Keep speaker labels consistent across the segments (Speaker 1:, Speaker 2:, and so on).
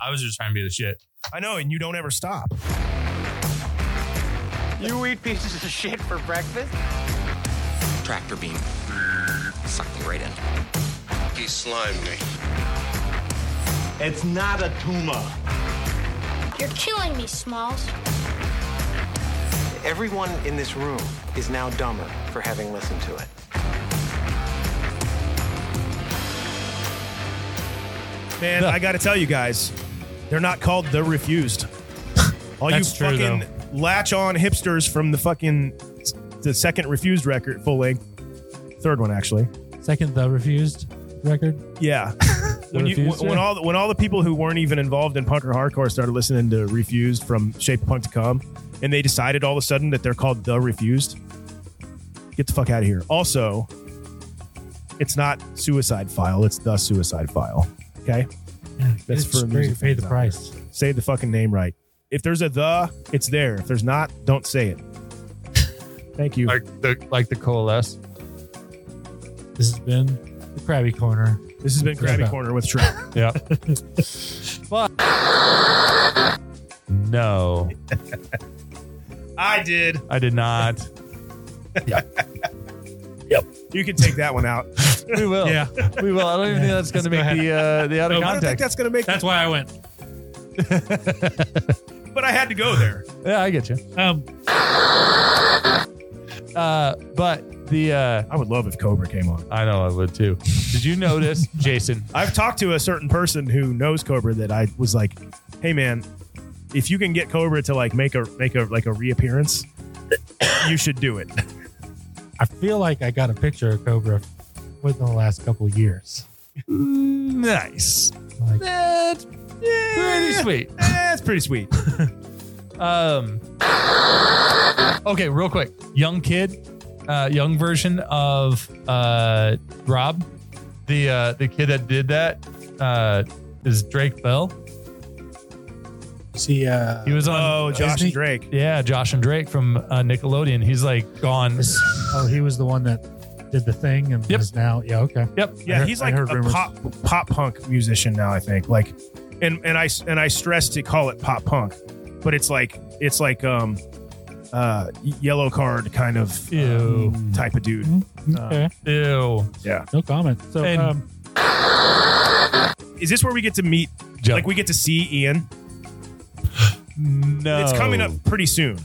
Speaker 1: I was just trying to be the shit.
Speaker 2: I know, and you don't ever stop.
Speaker 3: You eat pieces of shit for breakfast?
Speaker 4: Tractor beam. Sucked me right in.
Speaker 5: He slimed me.
Speaker 6: It's not a tumor.
Speaker 7: You're killing me, Smalls.
Speaker 8: Everyone in this room is now dumber for having listened to it.
Speaker 2: Man, I got to tell you guys, they're not called the refused. All you
Speaker 1: That's true,
Speaker 2: fucking latch on hipsters from the fucking the second refused record full length, third one actually.
Speaker 9: Second, the refused record.
Speaker 2: Yeah. when, you,
Speaker 9: Refused,
Speaker 2: when, when
Speaker 9: yeah.
Speaker 2: all the, when all the people who weren't even involved in punk or hardcore started listening to Refused from Shape of Punk to Come, and they decided all of a sudden that they're called the Refused. Get the fuck out of here. Also, it's not Suicide File; it's the Suicide File. Okay, That's for music
Speaker 9: Pay
Speaker 2: fans
Speaker 9: the
Speaker 2: out
Speaker 9: price.
Speaker 2: say the fucking name right. If there's a the, it's there. If there's not, don't say it. Thank you.
Speaker 1: Like the like the coalesce.
Speaker 9: This has been the Krabby Corner.
Speaker 2: This has been Krabby
Speaker 9: Okay.
Speaker 2: Corner with Trent.
Speaker 1: Yeah. but no,
Speaker 2: I did.
Speaker 1: I did not.
Speaker 2: You can take that one out.
Speaker 1: We will.
Speaker 9: Yeah.
Speaker 1: we will. I don't even think that's going to make the uh, the out of
Speaker 2: I don't
Speaker 1: context.
Speaker 2: think that's gonna make.
Speaker 9: That's why I went.
Speaker 2: but I had to go there.
Speaker 1: Yeah, I get you.
Speaker 9: Um,
Speaker 1: Uh, but the uh,
Speaker 2: I would love if Cobra came on.
Speaker 1: I know I would too. Did you notice, Jason?
Speaker 2: I've talked to a certain person who knows Cobra that I was like, "Hey man, if you can get Cobra to like make a make a like a reappearance, you should do it."
Speaker 9: I feel like I got a picture of Cobra within the last couple of years.
Speaker 2: nice.
Speaker 9: Like,
Speaker 1: That's pretty sweet.
Speaker 2: That's pretty sweet.
Speaker 1: Um, okay, real quick, young kid, uh, young version of uh, Rob, the uh, the kid that did that uh, is Drake Bell.
Speaker 10: See, uh,
Speaker 1: He was on.
Speaker 2: Oh, Josh and
Speaker 10: Disney?
Speaker 2: Drake.
Speaker 1: Yeah, Josh and Drake from uh, Nickelodeon. He's like gone.
Speaker 9: this- oh, he was the one that did the thing and
Speaker 1: Yep.
Speaker 9: is now. Yeah, okay.
Speaker 1: Yep.
Speaker 2: Yeah,
Speaker 9: I heard-
Speaker 2: he's
Speaker 9: I
Speaker 2: like
Speaker 9: heard
Speaker 2: a
Speaker 9: rumors.
Speaker 2: pop pop punk musician now. I think like, and and I and I stress to call it pop punk, but it's like it's like um, uh, yellow card kind of
Speaker 1: Ew.
Speaker 2: um, type of dude.
Speaker 9: Okay.
Speaker 1: Ew.
Speaker 9: No comment. So,
Speaker 1: And-
Speaker 9: um,
Speaker 2: Is this where we get to meet?
Speaker 1: Joe.
Speaker 2: Like we get to see Ian.
Speaker 1: No.
Speaker 2: It's coming up pretty soon.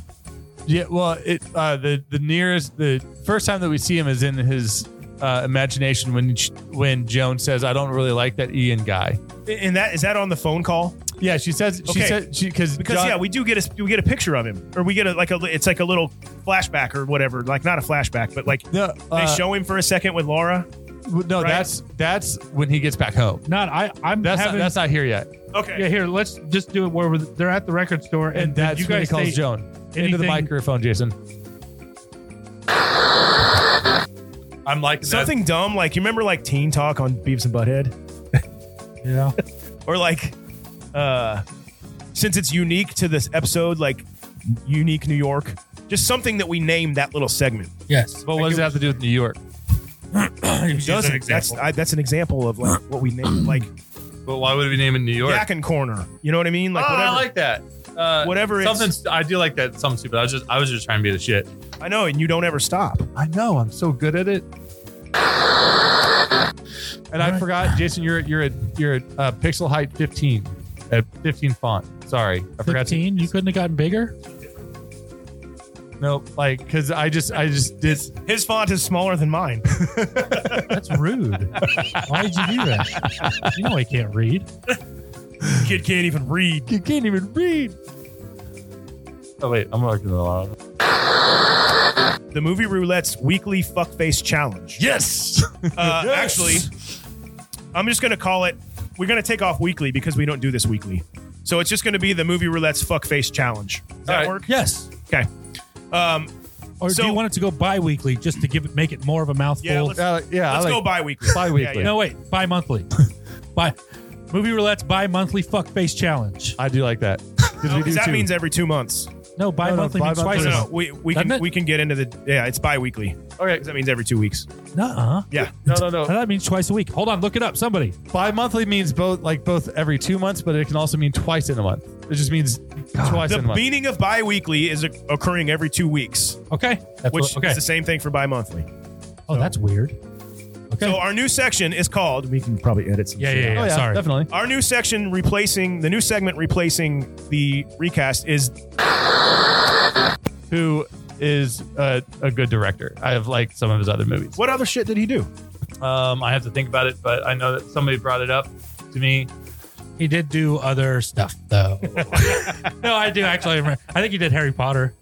Speaker 1: Yeah, well, it uh, the the nearest the first time that we see him is in his uh, imagination when sh- when Joan says, "I don't really like that Ian guy."
Speaker 2: And that is that on the phone call?
Speaker 1: Yeah, she says she
Speaker 2: Okay.
Speaker 1: said she cause
Speaker 2: Because
Speaker 1: John-
Speaker 2: yeah, we do get a we get a picture of him, or we get a like a it's like a little flashback or whatever, like not a flashback, but like
Speaker 1: no, uh,
Speaker 2: they show him for a second with Laura.
Speaker 1: w- no
Speaker 2: right?
Speaker 1: that's that's when he gets back home.
Speaker 9: not I. I'm
Speaker 1: That's
Speaker 9: having.
Speaker 1: not, that's not here yet,
Speaker 2: Okay,
Speaker 9: yeah, here. Let's just do it where we're, they're at the record store, and,
Speaker 1: and,
Speaker 9: then
Speaker 1: that's
Speaker 9: you
Speaker 1: when he
Speaker 9: guys
Speaker 1: calls
Speaker 9: say-
Speaker 1: Joan into the
Speaker 9: anything-
Speaker 1: microphone. Jason, I'm liking
Speaker 2: something dumb like you remember like Teen Talk on Beavis and Butthead,
Speaker 9: Yeah.
Speaker 2: or like uh, since it's unique to this episode, like unique New York, just something that we name that little segment.
Speaker 9: Yes.
Speaker 1: But what does that have to do with New York?
Speaker 2: It doesn't. that's I, that's an example of like what we name like
Speaker 1: But why would we name it New York?
Speaker 2: Jack and Corner. You know what I mean? Like
Speaker 1: oh,
Speaker 2: whatever.
Speaker 1: I like that. Uh,
Speaker 2: Whatever it's-
Speaker 1: Something I do like that. Something stupid. I was just I was just trying to be the shit.
Speaker 2: I know, and you don't ever stop.
Speaker 1: I know. I'm so good at it. And I forgot, Jason. You're you're at you're at uh, pixel height 15 at 15 font. Sorry, I forgot. to-
Speaker 9: 15? You couldn't have gotten bigger?
Speaker 1: Nope. Like because I just I just did.
Speaker 2: His font is smaller than mine.
Speaker 9: That's rude. Why did you do that? You know I can't read.
Speaker 2: Kid can't even read.
Speaker 1: You can't even read. Oh wait, I'm working a lot.
Speaker 2: the movie roulette's weekly fuckface challenge.
Speaker 1: Yes.
Speaker 2: Uh, Actually, I'm just gonna call it. We're gonna take off weekly because we don't do this weekly. So it's just gonna be the movie roulette's fuckface challenge. Does that
Speaker 1: All right.
Speaker 2: work?
Speaker 9: Yes.
Speaker 2: Okay. Um,
Speaker 9: Or
Speaker 2: So-
Speaker 9: do you want it to go bi-weekly just to give it make it more of a mouthful?
Speaker 2: Yeah, let's-
Speaker 1: Uh, yeah.
Speaker 2: let's
Speaker 1: I
Speaker 2: go
Speaker 1: like,
Speaker 2: bi-weekly.
Speaker 1: Bi-weekly.
Speaker 2: Yeah, yeah.
Speaker 9: No, wait. Bi-monthly. Bi- Movie Roulette's bi-monthly fuckface challenge.
Speaker 1: I do like that. 'Cause we do
Speaker 2: Because that
Speaker 1: too.
Speaker 2: means every two months.
Speaker 9: No, bi-monthly
Speaker 1: no,
Speaker 9: means
Speaker 2: No,
Speaker 9: twice.
Speaker 2: no,
Speaker 9: a
Speaker 2: no.
Speaker 9: month.
Speaker 2: We, we
Speaker 9: Doesn't
Speaker 2: can
Speaker 9: it?
Speaker 2: we can get into the yeah. It's bi-weekly.
Speaker 1: Okay.
Speaker 2: 'Cause that means every two weeks.
Speaker 9: Nuh-uh.
Speaker 2: Yeah.
Speaker 1: No, no, no.
Speaker 9: That means twice a week. Hold on, look it up. Somebody.
Speaker 1: Bi-monthly means both, like both every two months, but it can also mean twice in a month. It just means twice
Speaker 2: The
Speaker 1: in a month.
Speaker 2: meaning of bi-weekly is oc- occurring every two weeks,
Speaker 9: Okay. That's
Speaker 2: which
Speaker 9: what- okay.
Speaker 2: is the same thing for bi-monthly.
Speaker 9: oh, that's weird. Okay.
Speaker 2: So our new section is called. We can probably edit some.
Speaker 9: yeah,
Speaker 2: shit
Speaker 9: yeah,
Speaker 2: out.
Speaker 9: yeah.
Speaker 1: oh yeah,
Speaker 9: sorry.
Speaker 1: definitely.
Speaker 2: Our new section replacing the new segment replacing the recast is
Speaker 1: Who is a, a good director? I have like some of his other movies.
Speaker 2: what other shit did he do?
Speaker 1: Um, I have to think about it, but I know that somebody brought it up to me.
Speaker 9: He did do other stuff though. no, I do actually remember. I think he did Harry Potter.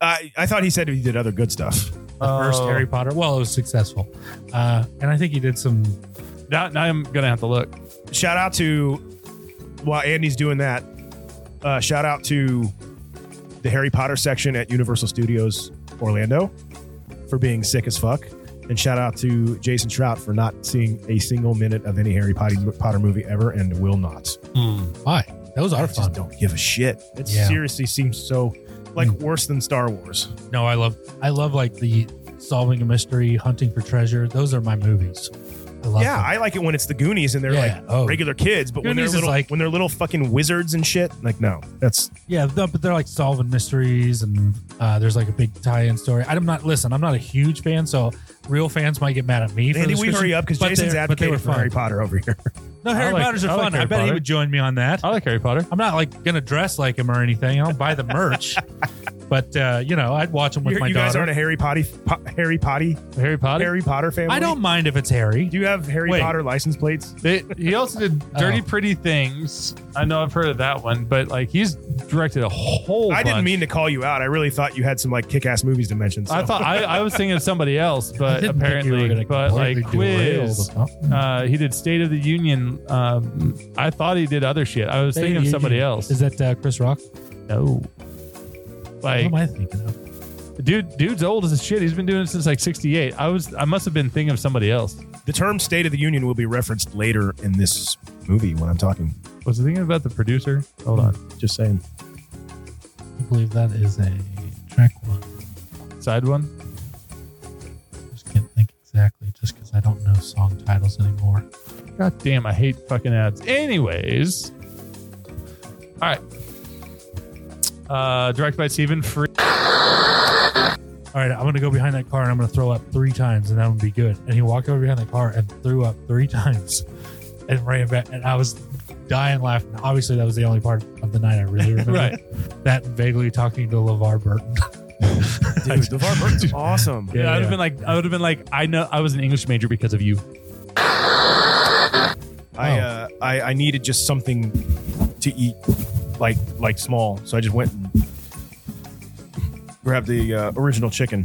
Speaker 2: I I thought he said he did other good stuff.
Speaker 9: The first
Speaker 1: Oh.
Speaker 9: Harry Potter. Well, it was successful. Uh, and I think he did some
Speaker 1: Now, now I'm gonna have to look.
Speaker 2: Shout out to while Andy's doing that. Uh, shout out to the Harry Potter section at Universal Studios Orlando for being sick as fuck, and shout out to Jason Trout for not seeing a single minute of any Harry Potter Potter movie ever and will not.
Speaker 9: why. Those are
Speaker 2: I just
Speaker 9: fun.
Speaker 2: don't give a shit. It
Speaker 9: Yeah. Mm.
Speaker 2: seriously seems so like worse than Star Wars.
Speaker 9: No, I love I love like the solving a mystery, hunting for treasure. Those are my movies. I love
Speaker 2: Yeah,
Speaker 9: them.
Speaker 2: I like it when it's the Goonies and they're
Speaker 9: Yeah,
Speaker 2: like
Speaker 9: oh.
Speaker 2: regular kids, but when
Speaker 9: Goonies
Speaker 2: they're
Speaker 9: is
Speaker 2: little,
Speaker 9: like-
Speaker 2: when they're little fucking wizards and shit, like no, that's
Speaker 9: yeah, th- but they're like solving mysteries and uh, there's like a big tie-in story. I'm not listen, I'm not a huge fan, so real fans might get mad at me. for
Speaker 2: Andy.
Speaker 9: this
Speaker 2: We hurry
Speaker 9: description,
Speaker 2: up because
Speaker 9: but
Speaker 2: Jason's
Speaker 9: they're- but they
Speaker 2: advocating
Speaker 9: were
Speaker 2: for
Speaker 9: fun.
Speaker 2: Harry Potter over here.
Speaker 9: No,
Speaker 1: I
Speaker 9: Harry
Speaker 1: like-
Speaker 9: Potters are
Speaker 1: I like
Speaker 9: fun.
Speaker 1: Harry
Speaker 9: I bet
Speaker 1: Potter.
Speaker 9: he would join me on that.
Speaker 1: I like Harry Potter.
Speaker 9: I'm not like gonna dress like him or anything. I don't buy the merch, but uh, you know, I'd watch him with
Speaker 2: You're-
Speaker 9: my
Speaker 2: you guys aren't
Speaker 9: daughter.
Speaker 2: a Harry Potter, po- Harry Potter,
Speaker 1: Harry Potter.
Speaker 2: Harry Potter family.
Speaker 9: I don't mind if it's Harry.
Speaker 2: Do you have Harry
Speaker 1: Wait.
Speaker 2: Potter license plates?
Speaker 1: They, he also did
Speaker 9: Oh.
Speaker 1: Dirty Pretty Things. I know I've heard of that one, but like he's directed a whole.
Speaker 2: I didn't
Speaker 1: bunch.
Speaker 2: mean to call you out. I really thought you had some like kick-ass movies to mention. So.
Speaker 1: I thought I, I was thinking of somebody else, but
Speaker 9: didn't think you were
Speaker 1: apparently,
Speaker 9: gonna
Speaker 1: but like
Speaker 9: completely derail
Speaker 1: quiz,
Speaker 9: the-
Speaker 1: uh, he did State of the Union. Um, I thought he did other shit. I was thinking of somebody else.
Speaker 9: Is that uh, Chris Rock?
Speaker 1: no,
Speaker 9: what
Speaker 1: like
Speaker 9: am I thinking of?
Speaker 1: dude, dude's old as shit. He's been doing it since like '68. I was, I must have been thinking of somebody else.
Speaker 2: the term "State of the Union" will be referenced later in this movie when I'm talking.
Speaker 1: Was I thinking about the producer? Hold on,
Speaker 2: Just saying.
Speaker 9: I believe that is a track one.
Speaker 1: side one.
Speaker 9: Just can't think exactly, just because I don't know song titles anymore.
Speaker 1: God damn, I hate fucking ads. Anyways, all right. Uh, directed by Stephen Free.
Speaker 9: All right, I'm gonna go behind that car and I'm gonna throw up three times, and that would be good. And he walked over behind the car and threw up three times, and ran back. And I was dying laughing. Obviously, that was the only part of the night I really remember.
Speaker 1: Right.
Speaker 9: That and vaguely talking to LeVar Burton.
Speaker 2: Dude, DeVar Burton's awesome.
Speaker 1: Yeah, I would
Speaker 9: yeah.
Speaker 1: have been like, I would have been like, I know, I was an English major because of you.
Speaker 2: I, uh, I I needed just something to eat, like like small. So I just went and grabbed the uh, original chicken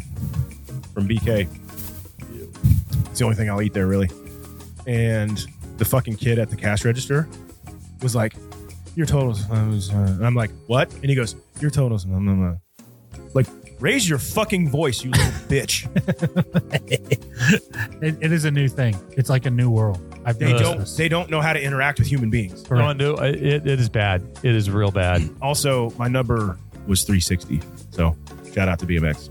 Speaker 2: from BK. It's the only thing I'll eat there, really. And the fucking kid at the cash register was like, "Your totals." I was, uh, and I'm like, "What?" And he goes, "Your totals." And I'm, I'm, uh, like, raise your fucking voice, you little bitch.
Speaker 9: It, it is a new thing. It's like a new world. I've
Speaker 2: They
Speaker 9: noticed
Speaker 2: don't
Speaker 9: this.
Speaker 2: they don't know how to interact with human beings.
Speaker 1: No, I do. It, it is bad. It is real bad.
Speaker 2: Also, my number was 360. So shout out to BMX.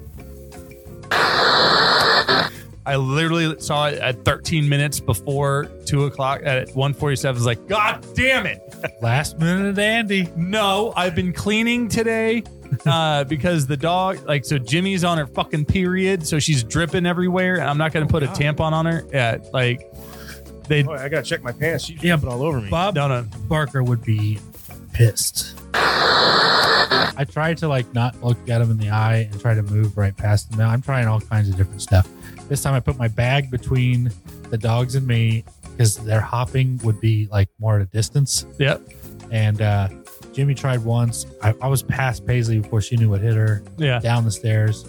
Speaker 1: I literally saw it at 13 minutes before two o'clock at 147. It's like, God damn it.
Speaker 9: Last minute, Andy.
Speaker 1: No, I've been cleaning today uh, because the dog, like, so Jimmy's on her fucking period. So she's dripping everywhere. And I'm not going to
Speaker 9: Oh,
Speaker 1: put a tampon on her. Yeah. Like, they,
Speaker 2: Boy, I gotta check my pants. She's
Speaker 9: Yeah,
Speaker 2: jumping all over me.
Speaker 9: Bob
Speaker 1: no, no.
Speaker 9: Barker would be pissed. I tried to like not look at him in the eye and try to move right past him. Now I'm trying all kinds of different stuff. This time I put my bag between the dogs and me because their hopping would be like more at a distance.
Speaker 1: Yep.
Speaker 9: And uh, Jimmy tried once. I, I was past Paisley before she knew what hit her
Speaker 1: Yeah.
Speaker 9: down the stairs.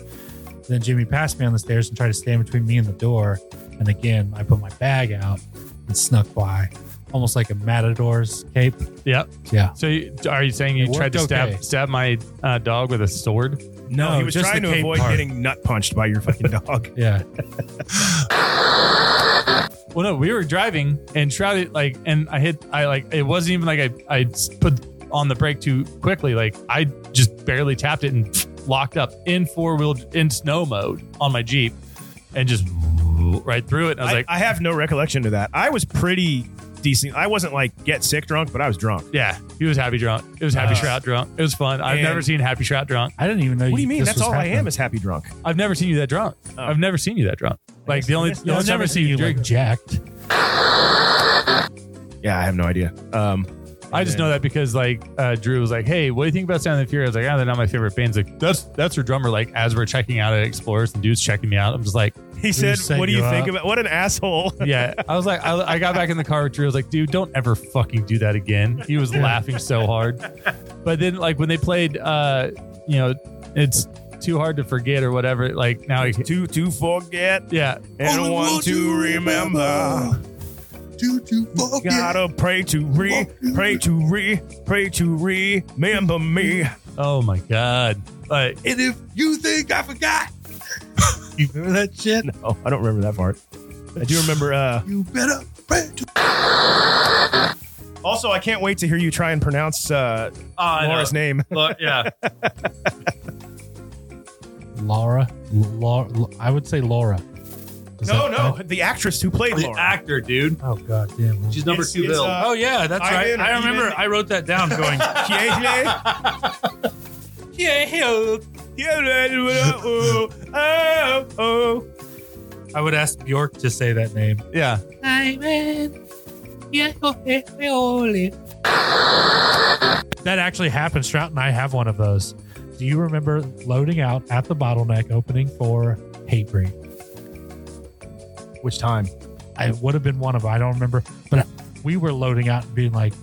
Speaker 9: Then Jimmy passed me on the stairs and tried to stand between me and the door. And again, I put my bag out and snuck by, almost like a matador's cape.
Speaker 1: Yep.
Speaker 9: Yeah.
Speaker 1: So you, are you saying
Speaker 9: It
Speaker 1: you
Speaker 9: worked
Speaker 1: tried to stab,
Speaker 9: okay.
Speaker 1: stab my uh, dog with a sword?
Speaker 2: no, he was
Speaker 9: just
Speaker 2: trying
Speaker 9: the
Speaker 2: to
Speaker 9: cape
Speaker 2: avoid
Speaker 9: part.
Speaker 2: getting nut punched by your fucking dog.
Speaker 9: Yeah.
Speaker 1: Well, no, we were driving and shrouded like, and I hit, I like, it wasn't even like I, I s- put on the brake too quickly. Like I just barely tapped it and locked up in four wheel in snow mode on my Jeep and just right through it. And I was
Speaker 2: I,
Speaker 1: like,
Speaker 2: I have no recollection to that. I was pretty decent. I wasn't like get sick drunk, but I was drunk.
Speaker 1: yeah, he was happy drunk. It was happy
Speaker 2: Uh,
Speaker 1: shroud drunk. It was fun. I've
Speaker 2: and-
Speaker 1: never seen happy shroud drunk.
Speaker 9: I didn't even know.
Speaker 2: What do you mean?
Speaker 9: this
Speaker 2: That's
Speaker 9: was
Speaker 2: all I am
Speaker 9: happening.
Speaker 2: is happy drunk.
Speaker 1: I've never seen you that drunk.
Speaker 2: Oh.
Speaker 1: I've never seen you that drunk. Like
Speaker 2: guess
Speaker 1: the
Speaker 2: I
Speaker 1: only,
Speaker 2: missed
Speaker 1: the
Speaker 2: it.
Speaker 1: only
Speaker 9: I've
Speaker 1: time
Speaker 9: never
Speaker 1: I've
Speaker 9: seen you
Speaker 1: drink.
Speaker 9: like jacked.
Speaker 2: Yeah, I have no idea. Um,
Speaker 1: I just know that because like uh, Drew was like, "Hey, what do you think about Sound of the Fury?" I was like, "Ah, they're not my favorite bands." Like that's that's her drummer. Like as we're checking out at Explorers and dudes checking me out, I'm just like,
Speaker 2: He said,
Speaker 9: set
Speaker 2: "What do you
Speaker 9: you
Speaker 2: think
Speaker 9: up.
Speaker 2: about what an asshole?"
Speaker 1: "Yeah." I was like, I, I got back in the car with Drew. I was like, "Dude, don't ever fucking do that again." He was laughing so hard. But then like when they played, uh, you know, it's too hard to forget or whatever. Like now, he,
Speaker 2: two to forget
Speaker 1: yeah,
Speaker 2: and one to remember. Gotta pray to re, pray to re, pray to re, remember me.
Speaker 1: oh my god, like
Speaker 10: And if you think I forgot,
Speaker 2: You remember that shit? No, I don't remember that part. I do remember. uh
Speaker 10: you better pray to
Speaker 2: Also, I can't wait to hear you try and pronounce uh
Speaker 1: Oh, I know.
Speaker 2: Laura's name.
Speaker 1: Look, yeah,
Speaker 9: Laura, Laura, I would say Laura. Is
Speaker 2: No,
Speaker 9: that
Speaker 2: no,
Speaker 9: right?
Speaker 2: uh, the actress who played
Speaker 1: the
Speaker 2: Laura.
Speaker 1: actor, dude.
Speaker 9: Oh god damn.
Speaker 1: She's number
Speaker 2: It's-
Speaker 1: two
Speaker 2: it's,
Speaker 1: bill.
Speaker 2: uh,
Speaker 9: oh yeah, that's
Speaker 2: I
Speaker 9: right.
Speaker 2: didn't-
Speaker 9: I
Speaker 2: you
Speaker 9: remember.
Speaker 2: didn't-
Speaker 9: I wrote that down. Going.
Speaker 2: yeah, yeah, yeah. Oh, oh, oh.
Speaker 9: I would ask Bjork to say that name.
Speaker 1: yeah.
Speaker 9: That actually happened. Strout and I have one of those. Do you remember loading out at the bottleneck opening for Hatebreed?
Speaker 2: Which time?
Speaker 9: I would have been one of. I don't remember, but we were loading out and being like,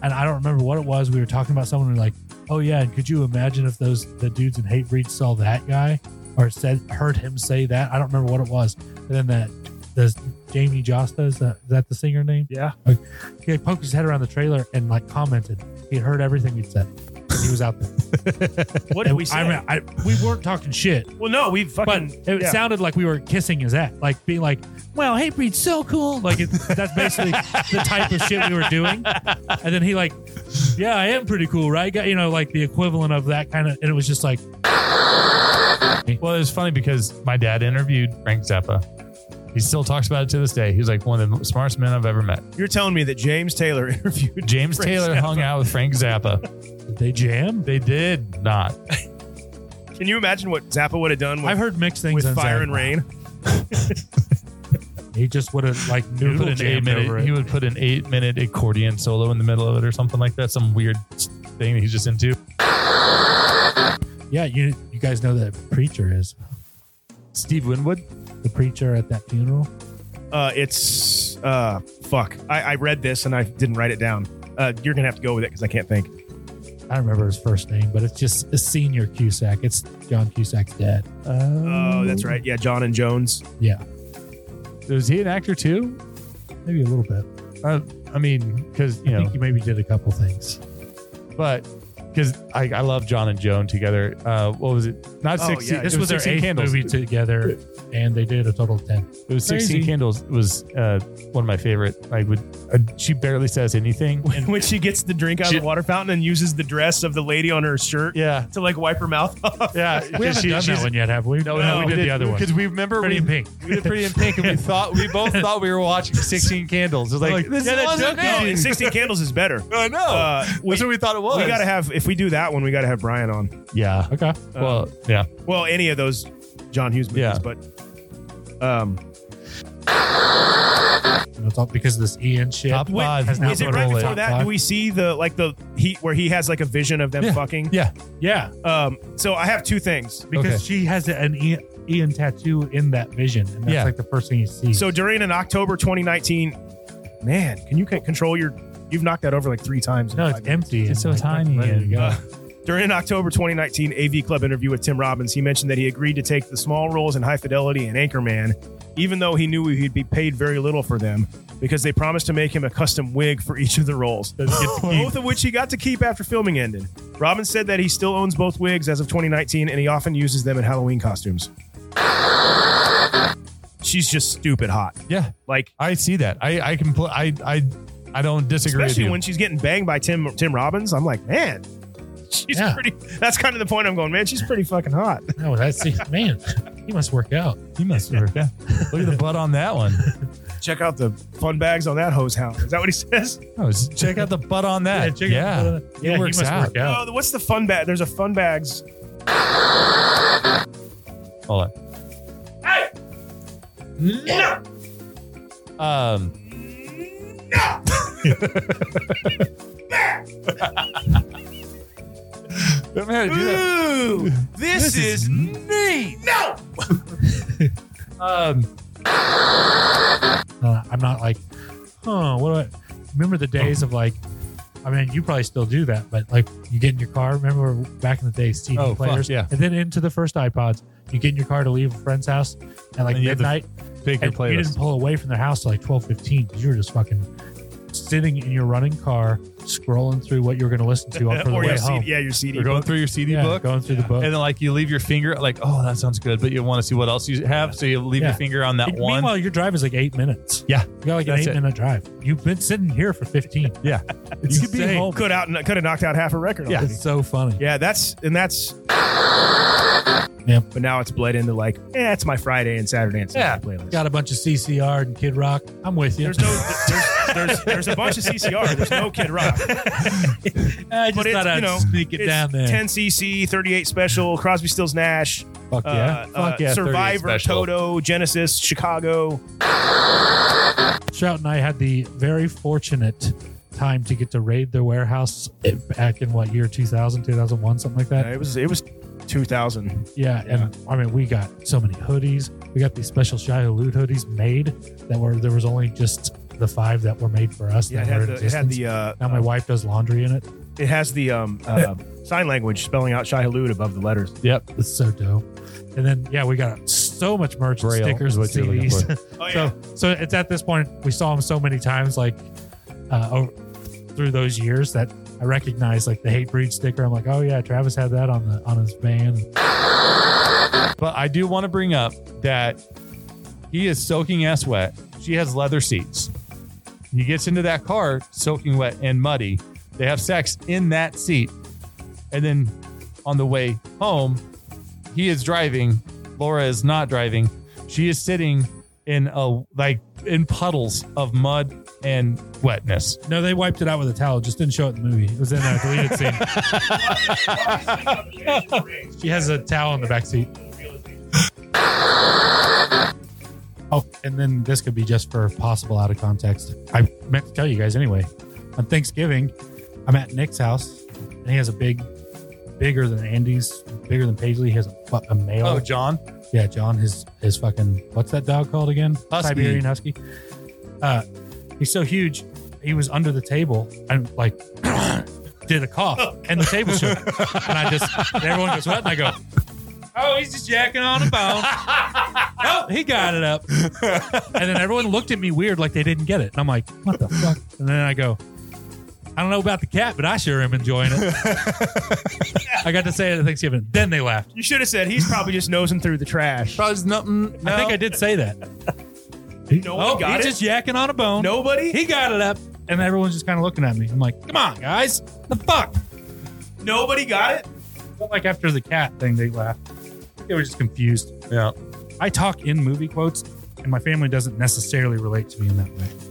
Speaker 9: and I don't remember what it was. We were talking about someone. And we were like, oh yeah, and could you imagine if those the dudes in Hatebreed saw that guy or said heard him say that? I don't remember what it was. And then that does Jamie Josta is that is that the singer name?
Speaker 2: Yeah.
Speaker 9: he like, poked his head around the trailer and like commented. He had heard everything you'd said. He was out there.
Speaker 2: What did
Speaker 9: And
Speaker 2: we say?
Speaker 9: I, mean, I, we weren't talking shit,
Speaker 2: well, no, we
Speaker 9: but
Speaker 2: fucking.
Speaker 9: it
Speaker 2: yeah.
Speaker 9: sounded like we were kissing his ass, like being like, "Wow, Hatebreed's so cool!" Like it, that's basically the type of shit we were doing. And then he like, "Yeah, I am pretty cool, right?" Got- You know, like the equivalent of that kind of. And it was just like,
Speaker 1: Well, it was funny because my dad interviewed Frank Zappa. He still talks about it to this day. He was like one of the smartest men I've ever met.
Speaker 2: You're telling me that James Taylor interviewed
Speaker 1: James
Speaker 2: Frank
Speaker 1: Taylor
Speaker 2: Zappa.
Speaker 1: hung out with Frank Zappa.
Speaker 9: "Did they jam?
Speaker 1: They did not.
Speaker 2: Can you imagine what Zappa would have done with,
Speaker 9: I've heard mixed things.
Speaker 2: with
Speaker 9: on
Speaker 2: Fire
Speaker 9: Zappa.
Speaker 2: and Rain?
Speaker 9: He just would have like
Speaker 1: He would,
Speaker 9: noodle
Speaker 1: put an eight
Speaker 9: jammed over
Speaker 1: minute, he
Speaker 9: it.
Speaker 1: would put an eight minute accordion solo in the middle of it or something like that. Some weird thing that he's just into.
Speaker 9: Yeah, you you guys know that preacher is
Speaker 1: Steve Winwood?
Speaker 9: the preacher at that funeral.
Speaker 2: Uh, it's uh, fuck. I, I read this and I didn't write it down. Uh, you're gonna have to go with it because I can't think.
Speaker 9: I don't remember his first name, but it's just a senior Cusack. It's John Cusack's dad.
Speaker 2: Oh, that's right. Yeah, John and Jones.
Speaker 9: Yeah,
Speaker 1: Was he an actor too?
Speaker 9: maybe a little bit.
Speaker 1: Uh, I mean, because, you
Speaker 9: I
Speaker 1: know,
Speaker 9: think he maybe did a couple things.
Speaker 1: but because I, I love John and Joan together. Uh, what was it? Not
Speaker 2: Oh,
Speaker 1: 16.
Speaker 2: yeah.
Speaker 1: it
Speaker 9: This was, their
Speaker 1: 16
Speaker 9: eighth
Speaker 1: candles.
Speaker 9: movie together, and they did a total of ten.
Speaker 1: It was 16
Speaker 9: Crazy.
Speaker 1: Candles was uh, one of my favorite. I would uh, she barely says anything.
Speaker 2: When, when she gets the drink out of the water fountain and uses the dress of the lady on her shirt
Speaker 1: Yeah.
Speaker 2: to like wipe her mouth off.
Speaker 1: Yeah.
Speaker 9: We haven't done that one yet, have we?
Speaker 1: No, no,
Speaker 9: we did the other one.
Speaker 1: Because we remember we,
Speaker 9: Pretty in Pink.
Speaker 1: we did Pretty in Pink and we thought we both thought we were watching 16 Candles. It was like, this
Speaker 2: yeah, that
Speaker 1: wasn't
Speaker 2: joke is-
Speaker 1: it.
Speaker 2: Sixteen Candles is better.
Speaker 1: I know.
Speaker 2: Uh, we,
Speaker 1: Oh, That's what we thought it was.
Speaker 2: we gotta have if we do that one, we gotta have Brian on.
Speaker 1: Yeah. Uh,
Speaker 9: Okay.
Speaker 1: well, yeah.
Speaker 2: Well, any of those John Hughes movies,
Speaker 1: Yeah.
Speaker 2: but um,
Speaker 9: You know, it's all because of this Ian shit.
Speaker 1: Top
Speaker 2: Wait,
Speaker 1: five.
Speaker 9: has now
Speaker 2: is it
Speaker 9: put
Speaker 2: right
Speaker 9: all
Speaker 2: before
Speaker 9: in.
Speaker 2: that? Do we see the like the he where he has like a vision of them fucking?
Speaker 1: Yeah.
Speaker 9: Yeah,
Speaker 2: Um. So I have two things.
Speaker 9: because
Speaker 1: Okay.
Speaker 9: she has an Ian, Ian tattoo in that vision, and that's
Speaker 1: Yeah.
Speaker 9: like the first thing you see.
Speaker 2: So during an October 2019, man, can you c- control your? You've knocked that over like three times. in
Speaker 9: no,
Speaker 2: five
Speaker 9: it's
Speaker 2: minutes.
Speaker 9: empty. and,
Speaker 1: It's so
Speaker 9: like,
Speaker 1: tiny
Speaker 9: ready to
Speaker 1: and-
Speaker 9: go.
Speaker 2: Uh, During an October 2019 AV Club interview with Tim Robbins, he mentioned that he agreed to take the small roles in High Fidelity and Anchorman, even though he knew he'd be paid very little for them, because they promised to make him a custom wig for each of the roles, both of which he got to keep after filming ended. Robbins said that he still owns both wigs as of 2019, and he often uses them in Halloween costumes. She's just stupid hot.
Speaker 1: Yeah.
Speaker 2: Like
Speaker 1: I see that. I I can pl- I I I don't disagree with
Speaker 2: Especially
Speaker 1: you.
Speaker 2: when she's getting banged by Tim Tim Robbins. I'm like, man, she's
Speaker 9: Yeah.
Speaker 2: pretty. That's kind of the point I'm going, man. She's pretty fucking hot.
Speaker 9: No, that's man. He must work out.
Speaker 1: you must work. Yeah. Look at the butt on that one.
Speaker 2: Check out the fun bags on that hose hound. Is that what he says?
Speaker 1: Oh, s- check out the butt on
Speaker 9: Yeah,
Speaker 1: that.
Speaker 9: check
Speaker 1: Yeah.
Speaker 9: it out. yeah,
Speaker 1: It works
Speaker 9: he must
Speaker 1: out.
Speaker 9: work out.
Speaker 2: Oh, the- what's the fun bag? There's a fun bags.
Speaker 1: Hold on. No. Um. No. Remember how to do that?
Speaker 2: Ooh, this, is, neat. No,
Speaker 1: Um,
Speaker 9: Uh, I'm not like, huh? What do I remember the
Speaker 1: Oh.
Speaker 9: days of like? I mean, you probably still do that, but like you get in your car. Remember back in the day, CD
Speaker 1: Oh, fuck,
Speaker 9: players,
Speaker 1: yeah.
Speaker 9: and then into the first iPods. You get in your car to leave a friend's house at like
Speaker 1: And you have to
Speaker 9: midnight,
Speaker 1: pick your
Speaker 9: and you didn't
Speaker 1: playlist.
Speaker 9: pull away from their house till like twelve fifteen because you were just fucking sitting in your running car scrolling through what you were going to listen to on for the
Speaker 2: or
Speaker 9: way
Speaker 2: your
Speaker 9: home.
Speaker 2: CD, yeah, your CD.
Speaker 1: You're going through your CD
Speaker 9: Yeah,
Speaker 1: book,
Speaker 9: going through the book.
Speaker 1: and then like you leave your finger, like, oh, that sounds good, but you want to see what else you have, so you leave
Speaker 9: Yeah.
Speaker 1: your finger on that
Speaker 9: And
Speaker 1: one.
Speaker 9: Meanwhile, your drive is like eight minutes.
Speaker 1: Yeah.
Speaker 9: you got like an
Speaker 1: That's
Speaker 9: eight
Speaker 1: it.
Speaker 9: minute drive. You've been sitting here for fifteen.
Speaker 1: yeah,
Speaker 9: you could be
Speaker 1: insane.
Speaker 9: home.
Speaker 2: Could out could have knocked out half a record.
Speaker 1: Yeah.
Speaker 2: already.
Speaker 9: It's so funny.
Speaker 2: yeah. That's and that's.
Speaker 9: Yeah.
Speaker 2: But now it's bled into like, eh, it's my Friday and Saturday and Sunday playlist.
Speaker 9: Got a bunch of CCR and Kid Rock. I'm with you.
Speaker 2: There's no, there's, there's, there's a bunch of CCR. There's no Kid Rock.
Speaker 9: I just
Speaker 2: but it's,
Speaker 9: thought I'd
Speaker 2: you know,
Speaker 9: sneak it
Speaker 2: it's
Speaker 9: down there.
Speaker 2: 10 CC, 38 Special, Crosby, Stills, Nash,
Speaker 9: Fuck yeah.
Speaker 2: uh,
Speaker 1: Fuck
Speaker 2: uh,
Speaker 1: yeah, 38
Speaker 2: Survivor,
Speaker 1: Special.
Speaker 2: Toto, Genesis, Chicago.
Speaker 9: Shout and I had the very fortunate time to get to raid their warehouse back in what year 2000 2001 something like that
Speaker 2: it was it was 2000.
Speaker 9: yeah, and I mean we got so many hoodies we got these special Shia Lude hoodies made that were there was only just the five that were made for us
Speaker 2: Yeah, it
Speaker 9: that were
Speaker 2: had
Speaker 9: in
Speaker 2: the, it had
Speaker 9: existence.
Speaker 2: the uh,
Speaker 9: now my wife does laundry in it
Speaker 2: it has the um, uh, sign language spelling out Shai Halud above the letters.
Speaker 1: Yep.
Speaker 9: it's so dope and then yeah we got so much merch and
Speaker 1: Braille
Speaker 9: stickers
Speaker 1: is
Speaker 9: and
Speaker 1: what you're looking
Speaker 9: CDs
Speaker 1: for.
Speaker 2: Oh
Speaker 9: So, so it's at this point we saw him so many times, like uh, over, through those years, that I recognize like the hate breed sticker. I'm like, oh yeah, Travis had that on the on his van.
Speaker 1: But I do want to bring up that he is soaking ass wet. She has leather seats. He gets into that car soaking wet and muddy. They have sex in that seat. And then on the way home, he is driving. Laura is not driving. She is sitting in a like in puddles of mud and wetness.
Speaker 9: No, they wiped it out with a towel. Just didn't show it in the movie. It was in a deleted scene. she has a towel in the back seat. Oh, and then this could be just for possible out of context. I meant to tell you guys anyway. On Thanksgiving, I'm at Nick's house, and he has a big, bigger than Andy's, bigger than Paisley. He has a, fu- a male.
Speaker 1: Oh, John.
Speaker 9: Yeah, John, his his fucking what's that dog called again?
Speaker 1: Husky.
Speaker 9: Siberian husky. Uh, he's so huge. He was under the table and like did a cough, and the table shook. and I just and everyone goes what? And I go, oh, he's just jacking on a bone. oh, he got it up. and then everyone looked at me weird, like they didn't get it. And I'm like, what the fuck? And then I go. I don't know about the cat, but I sure am enjoying it. I got to say it at Thanksgiving. Then they laughed.
Speaker 2: You should have said he's probably just nosing through the trash.
Speaker 1: Probably nothing.
Speaker 9: I think I did say that.
Speaker 2: No one
Speaker 9: Oh,
Speaker 2: got
Speaker 9: he's
Speaker 2: it.
Speaker 9: just yakking on a bone.
Speaker 2: Nobody.
Speaker 9: He got it up. And everyone's just kind of looking at me. I'm like, come on, guys. The fuck?
Speaker 2: Nobody got it.
Speaker 9: But like after the cat thing, they laughed. They were just confused.
Speaker 1: Yeah.
Speaker 9: I talk in movie quotes, and my family doesn't necessarily relate to me in that way.